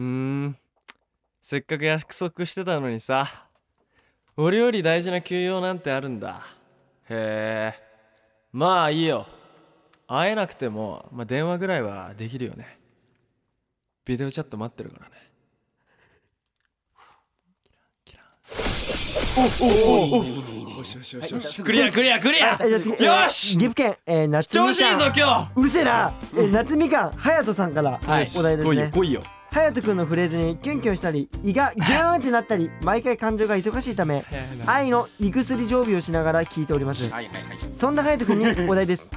S3: ーんせっかく約束してたのにさ俺より大事な休養なんてあるんだへえまあいいよ会えなくても、まあ、電話ぐらいはできるよねビデオチャット待ってるからねおおおおおおしよしよしよしクリアクリアクリア
S1: えじゃあ次えー
S3: よし
S1: 岐阜県えー夏み
S3: 調子いいぞ
S1: かん
S3: 今
S1: うるせえなえー夏みかん隼人さんから
S3: 日
S1: お題です
S3: 来い
S1: ね
S3: よ来いよ
S1: 隼人君のフレーズにキュンキュンしたり胃がギューンってなったり毎回感情が忙しいため愛の胃薬常備をしながら聞いております
S2: はいはいはい
S1: そんな隼人君にお題です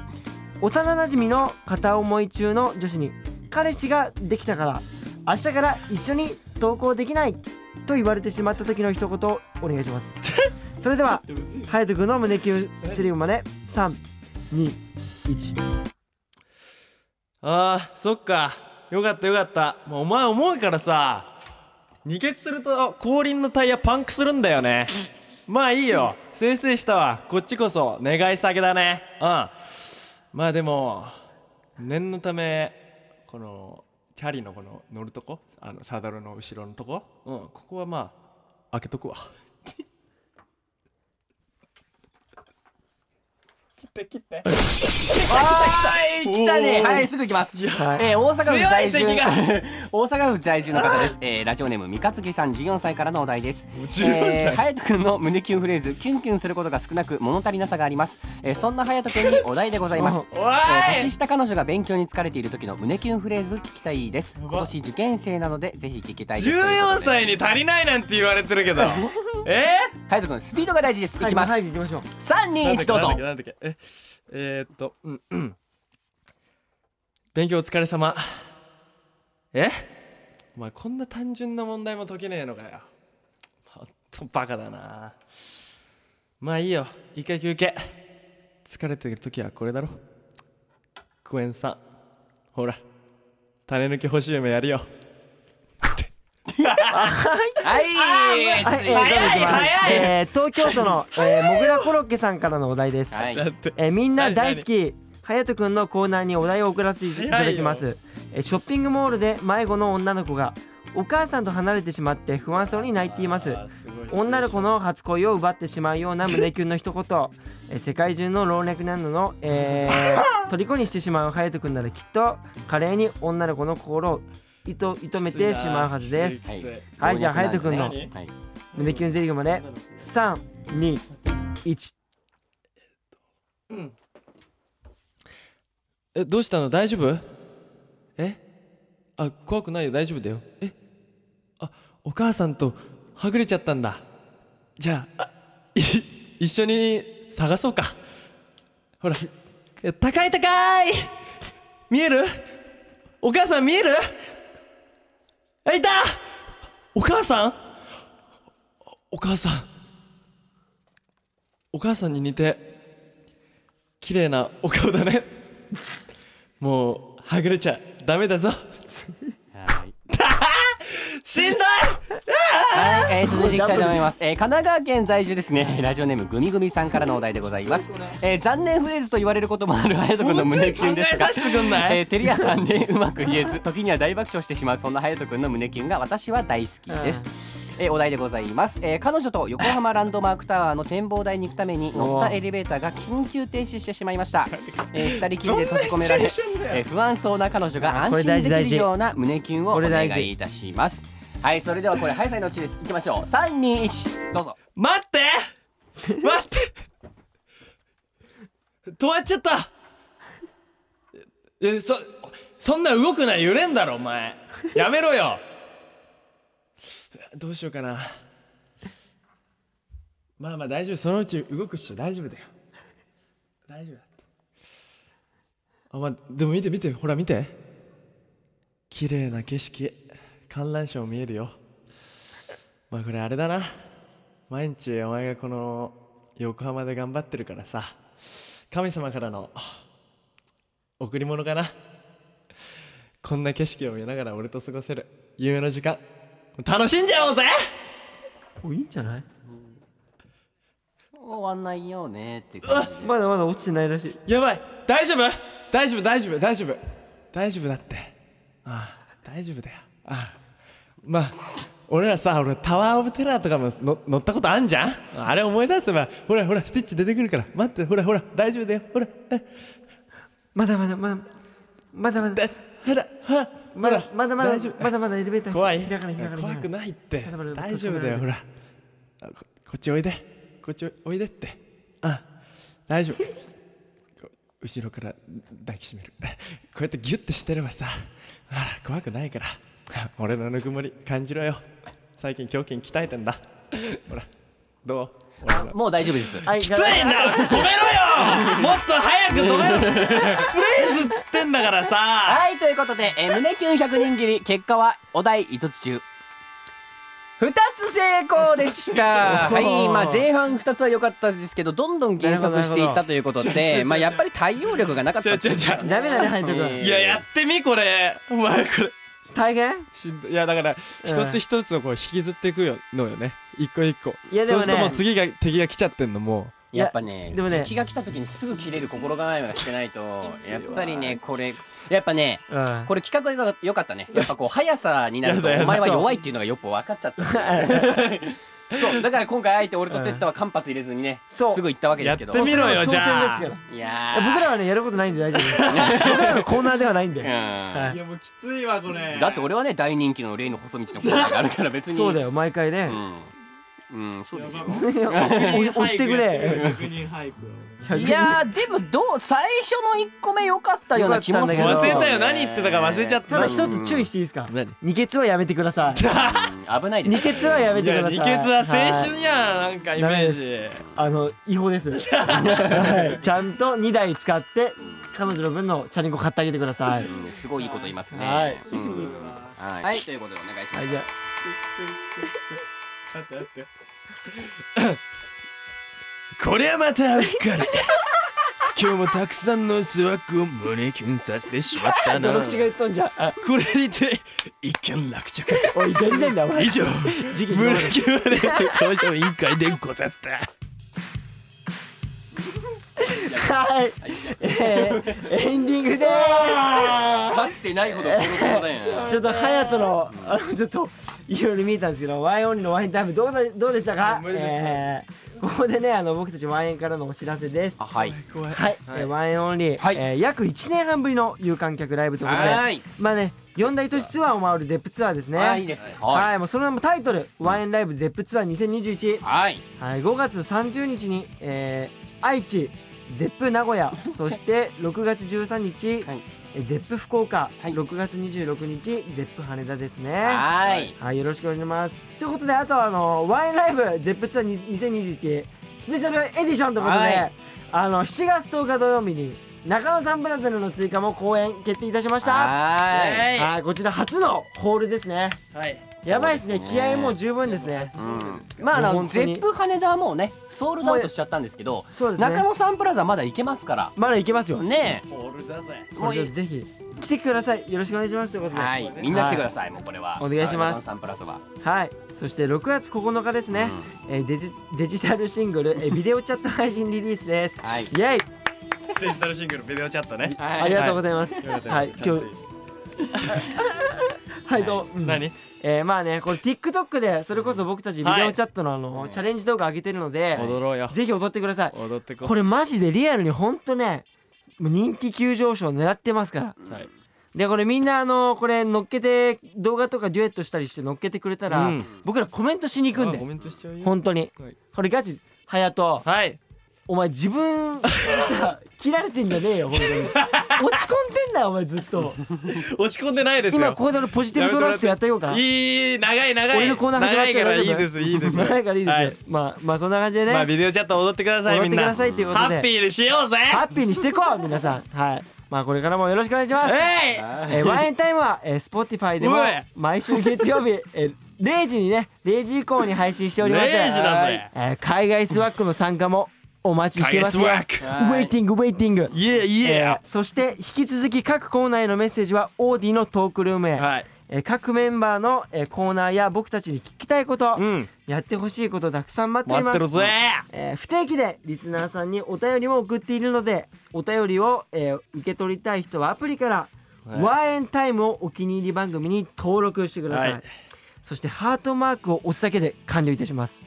S1: 幼なじみの片思い中の女子に彼氏ができたから明日から一緒に登校できないと言われてしまった時の一言をお願いしますそれでは隼人君の胸キュンセリフまで321
S3: ああそっかよかったよかったもうお前重いからさ二欠すると後輪のタイヤパンクするんだよ *laughs* ねまあいいよせいせいしたわこっちこそ願い下げだねうんまあでも念のためこのチャリのこの乗るとこあのサドルの後ろのとこうんここはまあ開けとく *laughs* わ切って切 *laughs* って
S2: はい来たねはいすぐ行きます
S1: はい
S2: えー大阪府在住
S3: 強い敵が
S2: 大阪府在住の方です、えー、ラジオネーム三日月さん14歳からのお題です
S3: 14歳
S2: えー隼人君の胸キュンフレーズキュンキュンすることが少なく物足りなさがあります、えー、そんな隼人君にお題でございます
S3: おい
S2: えー年下彼女が勉強に疲れている時の胸キュンフレーズ聞きたいです今年受験生なのでぜひ聞きたいです
S3: 14歳
S2: に
S3: に足りないなんて言われてるけどえ
S2: 隼人君スピードが大事ですいきます
S1: はい、行きましょう。
S3: ー、
S2: 321どうぞ
S3: なんだっけなんだっけええー、っと、うんうん勉強お疲れ様えお前こんな単純な問題も解けねえのかよほんとバカだなまあいいよ一回休憩疲れてる時はこれだろクエン酸ほら種抜き補習夢やるよ
S2: はい
S1: はい、えー、
S2: はい
S1: どうぞ行きます
S3: 早い
S1: えー、東京都の、えー、もぐらコロッケさんからのお題です。
S2: はい
S3: だって
S1: えー、みんな大好き隼人くんのコーナーにお題を送らせていただきますえーショッピングモールで迷子の女の子がお母さんと離れてしまって不安そうに泣いています
S3: あーすごい
S1: 女の子の初恋を奪ってしまうような胸キュンの一言えー世界中の老若男女の、え
S3: *laughs*
S1: ー、虜にしてしまう隼人くんならきっと華麗に女の子の心をいと射止めてしまうはずです
S2: はい
S3: はい
S1: はいじゃあ隼人くんの
S2: はい
S1: 胸キュンゼリフまで321
S3: えどうしたの大丈夫えあ怖くないよ大丈夫だよえあお母さんとはぐれちゃったんだじゃああい一緒に探そうかほらえ高い高い見えるお母さん見えるあいたお母さんおお母さんお母さんに似て綺麗なお顔だねもうはぐれちゃダメだぞ
S2: はい
S3: *laughs* しんどい
S2: はい、えー、続いていきたいと思います、えー、神奈川県在住ですね *laughs* ラジオネームグミグミさんからのお題でございます、えー、残念フレーズと言われることもある隼人君の胸キュンですが
S3: *laughs* もうちょい考えさせてくんない
S2: えー、テリアさんでうまく言えず *laughs* 時には大爆笑してしまうそんな隼人君の胸キュンが私は大好きです、えーお題でございます、えー彼女と横浜ランドマークタワーの展望台に行くために乗ったエレベーターが緊急停止してしまいました、えー、二人きりで閉じ込められ、え
S3: どんなシチュエーションだよ
S2: ー不安そうな彼女が
S1: あーこ
S2: 安
S1: れ大
S2: 心
S1: 事
S2: で
S1: 大
S2: き
S1: 事
S2: るような胸キュンをお
S1: これ
S2: 願
S1: 大事
S2: いいたしますはいそれではこれハイサイのうちですいきましょう321どうぞ
S3: 待って待って止まっちゃったえそそんな動くな揺れんだろお前やめろよどうしようかなまあまあ大丈夫そのうち動くっしょ大丈夫だよ大丈夫だってあまあでも見て見てほら見て綺麗な景色観覧車も見えるよまあこれあれだな毎日お前がこの横浜で頑張ってるからさ神様からの贈り物かなこんな景色を見ながら俺と過ごせる夢の時間楽しんじゃおうぜ
S1: おいいんじゃない
S2: 終わんないよねっていう感じで
S1: まだまだ落ちてないらしい
S3: やばい大丈夫大丈夫大丈夫大丈夫大丈夫だってああ大丈夫だよああまあ俺らさ俺タワー・オブ・テラーとかもの乗ったことあんじゃんあれ思い出せばほらほらスティッチ出てくるから待ってほらほら大丈夫だよほらえ
S1: まだまだまだまだまだ
S3: だほらほら
S1: まだ
S3: ほら
S1: まだまだ
S3: 大丈夫
S1: まだまだエレベーター
S3: 怖い
S1: 開かない開かない
S3: 怖くないって
S1: まだまだ
S3: 大丈夫だ
S1: ま
S3: よ
S1: だ
S3: ほらあここっちおいでこっちおいでってあ大丈夫こう後ろから抱きしめるこうやってギュッてしてればさあら怖くないから俺のぬくもり感じろよ最近胸筋鍛えてんだほらどう俺の
S2: もう大丈夫です
S1: はい
S3: きついんだ止めろよもっと早く止め *laughs* ろフレーズっつってんだからさ
S2: はいということで、えー胸キュン100人切り結果はお題5つ中2つ成功でした
S1: お
S2: は
S1: ー
S2: いまあ前半2つは良かったですけどどんどん減速していったということ
S3: なるほど
S2: でまあやっぱり対応力がなかっ
S3: ち
S2: た
S3: ょちょちょ
S1: ダメだねハイト君
S2: え
S3: いややってみこれお前これ
S1: 大変
S3: しんどいいやだから
S1: うん
S3: 一つ一つをこう引きずっていくよのよね一個一個
S1: いやでもね
S3: そうするともう次が敵が来ちゃってんのも
S2: やっぱね
S1: でもね
S2: 敵が来た時にすぐ切れる心構えはしてないとやっぱりねこれやっぱね
S1: うん
S2: これ企画が良かったねやっぱこう速さになると
S3: やだや
S1: *laughs*
S3: だ
S2: お前は弱いっていうのがよく分かっちゃったそうだから今回あえて俺とテッタは間髪入れずにね
S1: そう
S2: すぐ行ったわけですけど
S3: やってみろよ
S1: 挑戦
S3: じゃあ
S1: ですから
S2: いや
S1: いや
S2: ー
S1: 僕らはねやることないんで大丈夫です僕
S3: *laughs*
S1: らのコーナーではないんで、
S2: うん
S1: はい
S3: やもうきついわこれ
S2: だって俺はね大人気の例の細道のコーナーがあるから別に
S1: そうだよ毎回ね、
S2: うん、うん、そうですよ
S1: いや押してくれ
S2: いやーでもどう最初の1個目良かったような気もする
S1: 良かったんだけど忘れ
S3: たよ何言ってたか忘れちゃった
S1: だ一つ注意していいですか
S3: 何
S1: 二欠はやめてください
S2: うん危ないです
S1: 二欠はやめ
S3: い
S1: てくだ
S3: や
S1: さい
S3: 二血は青
S1: はい
S3: 春やんなんかイメージ
S1: あの違法です、はい、ちゃんと2台使って彼女の分のチャリンコ買ってあげてください
S2: うんすごいいいこと言いますね
S1: はい
S2: うんはいはいということでお願いしま
S1: はい
S2: す
S1: じゃあ
S3: こりゃまたうっかり今日もたくさんのスワッグを胸キュンさせてしまった
S1: *laughs*
S3: な
S1: 泥口が言っとんじゃんあ
S3: これにて一件落着
S1: おい全然だお前
S3: 以上
S1: 時期
S3: 胸キュンレース交渉委員会でござった
S1: はい、えー、エンディングでー
S2: かつてないほどボロボロだよ
S1: すちょっと隼人のあのちょっといろいろ見えたんですけどワインオンリーのワインタイムどうなどうでしたか、えー、ここでねあの僕たちワインからのお知らせです
S2: あはい
S3: 怖い
S1: はい、えーワンエンオンリー、
S2: はい
S1: えー約1年半ぶりの有観客ライブということ
S2: はー
S1: で
S2: い
S1: まあね四大都市ツアーを回るゼップツアーですね
S2: あいいですね
S1: はい、
S2: はい
S1: もうその名もタイトル「ワンエンライブゼップツアー2021」
S2: はい
S1: はい、5月30日に、えー愛知ゼップ名古
S2: *laughs*
S1: 屋そして6月13日、
S2: はい
S1: えーゼップ福岡、
S2: はい
S1: 6月26日ゼップ羽田ですね
S2: はい
S1: はい、よろしくお願いします。ということで、あとはあのワインライブゼップツアー2021スペシャルエディションということで、
S2: はい
S1: あの7月10日土曜日に中野サンプラザでの追加も公演決定いたしました。
S2: は
S3: はい
S1: はい、こちら初のホールですね。
S3: はい
S1: やばいですね。
S2: そうです
S1: 気
S2: ね
S1: 合もう十分ですね。
S2: いうんまああ
S1: もう
S2: の
S1: 本
S2: ゼ
S1: 当に
S2: ップ羽田はもうねソールドアウトしちゃったんですけど
S1: そうですね
S2: 中野サンプラザまだ行けますから
S1: まだいけますよ。
S2: ね
S3: ホールだぜ
S2: え
S1: も
S2: も
S1: う
S2: うい
S1: ぜひ来てください。よろしくお願いします。ということで。は。
S2: はいいみんな来てくださいもうこれは
S1: お願いします
S2: 中野サンプラザは
S1: そして6月9日ですね。えーデジデジタルシングル、えービデオチャット配信リリースです。
S2: はい
S1: イェイ。
S3: デジタルシングルビデオチャットね
S1: ありがとうございます。
S3: よかったよ
S1: はい、
S3: かった
S1: 今日。 *laughs* はい、どうも。うん
S3: 何
S1: えー、まあね、これ TikTok で、それこそ僕たちビデオチャットのあの、チャレンジ動画上げてるので、
S3: 踊ろうよ
S1: ぜひ踊ってください。
S3: 踊ってこ
S1: これマジでリアルにほんとね、もう人気急上昇狙ってますから。
S3: はい
S1: で、これみんなあの、これ乗っけて、動画とかデュエットしたりして乗っけてくれたら、
S3: うん
S1: 僕らコメントしに行くん
S3: あコ
S1: で、
S3: メントしちゃうよ
S1: ほんとに
S3: はい。
S1: これガチ、隼人、
S3: はい
S1: お前自分、さ、切られてんじゃねえよ、ほん
S3: *laughs*
S1: とに。落ち込んでんだよ、お前ずっと。
S3: 落ち込んでないですよ
S1: 今ここで俺ポジティブソーラストやってようか
S3: いい長い長い
S1: 俺のコーナー始まっちゃう
S3: 長いからいいですいいです
S1: 長いからいいです、
S3: はい
S1: まあまあそんな感じでね、
S3: まあビデオチャット踊ってください
S1: 踊っ
S3: みん
S1: てくだ
S3: な
S1: さいということ
S3: ハ
S1: で
S3: ッピーにしようぜ
S1: ハッピーにしていこう皆さんはいまあこれからもよろしくお願いします
S3: えい
S1: えーワインタイムは、えー、Spotify でも
S3: おい
S1: 毎週月曜日、えー、0時にね0時以降に配信しております
S3: 0時だぜ
S1: えー海外スワックの参加もお待ちしてますよウ
S3: 海外スワ
S1: ェイティングウェイティング
S3: イエイエ
S1: えーそして引き続き各コーナーへのメッセージはオーディのトークルームへ、
S3: はい
S1: えー各メンバーの、えーコーナーや僕たちに聞きたいこと、
S3: うん
S1: やってほしいことたくさん待ってい
S3: 待っ
S1: ま
S3: て
S1: す
S3: るぜ
S1: えー不定期でリスナーさんにお便りも送っているのでお便りを、えー受け取りたい人はアプリから「ワンエンタイム」をお気に入り番組に登録してください、
S3: はい
S1: そしてハートマークを押すだけで完了いたします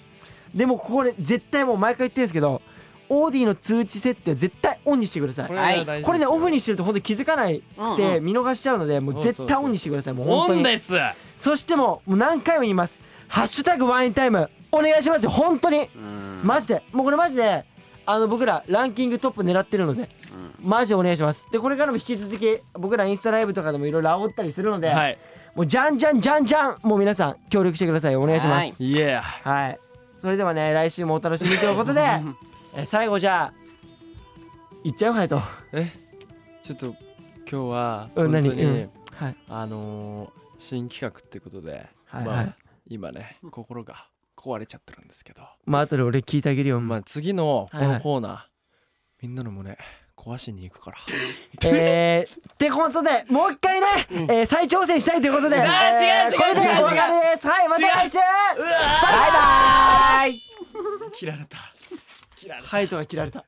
S1: でもここで絶対もう毎回言ってるんですけどオーディの通知設定は絶対オンにしてください
S2: れはい
S1: これねオフにしてると本当に気づかないく
S2: うん
S1: て
S2: う
S1: 見逃しちゃうのでもう絶対オンにしてくださいもう本
S3: オ
S1: 当
S3: ン
S1: に
S3: です
S1: そしてもうもう何回も言います「ハッシュタグワインタイム」お願いしますよ本当に
S2: うん
S1: マジでもうこれマジであの僕らランキングトップ狙ってるのでマジでお願いしますでこれからも引き続き僕らインスタライブとかでもいろいろ煽ったりするので、
S3: はい
S1: もうじゃんじゃんじゃんじゃんもう皆さん協力してくださいお願いします
S3: イエ
S1: はい、それではね来週もお楽しみということ
S3: *laughs*
S1: でえ最後じゃあいっちゃうハヤト
S3: えちょっと今日は
S1: うん
S3: 本
S1: 何
S3: 当
S1: う
S3: に
S1: んはい
S3: あのー新企画ってことで
S1: はい
S3: ま
S1: は
S3: あ
S1: い
S3: 今ね心が壊れちゃってるんですけど
S1: まあ後で俺聞いてあげるよ、
S3: *laughs* まあ次のこ
S1: はいは
S3: の
S1: い
S3: コーナーみんなの胸壊しに行く
S1: *laughs*
S3: から
S1: えー、ってことでもう一回ね、えー再挑戦したいということで、
S3: あー
S1: えー
S3: 違う違う
S1: これで
S3: 違う違う
S1: お別れですはいまた来週バイバ
S3: 切られた
S1: イハイトが切られた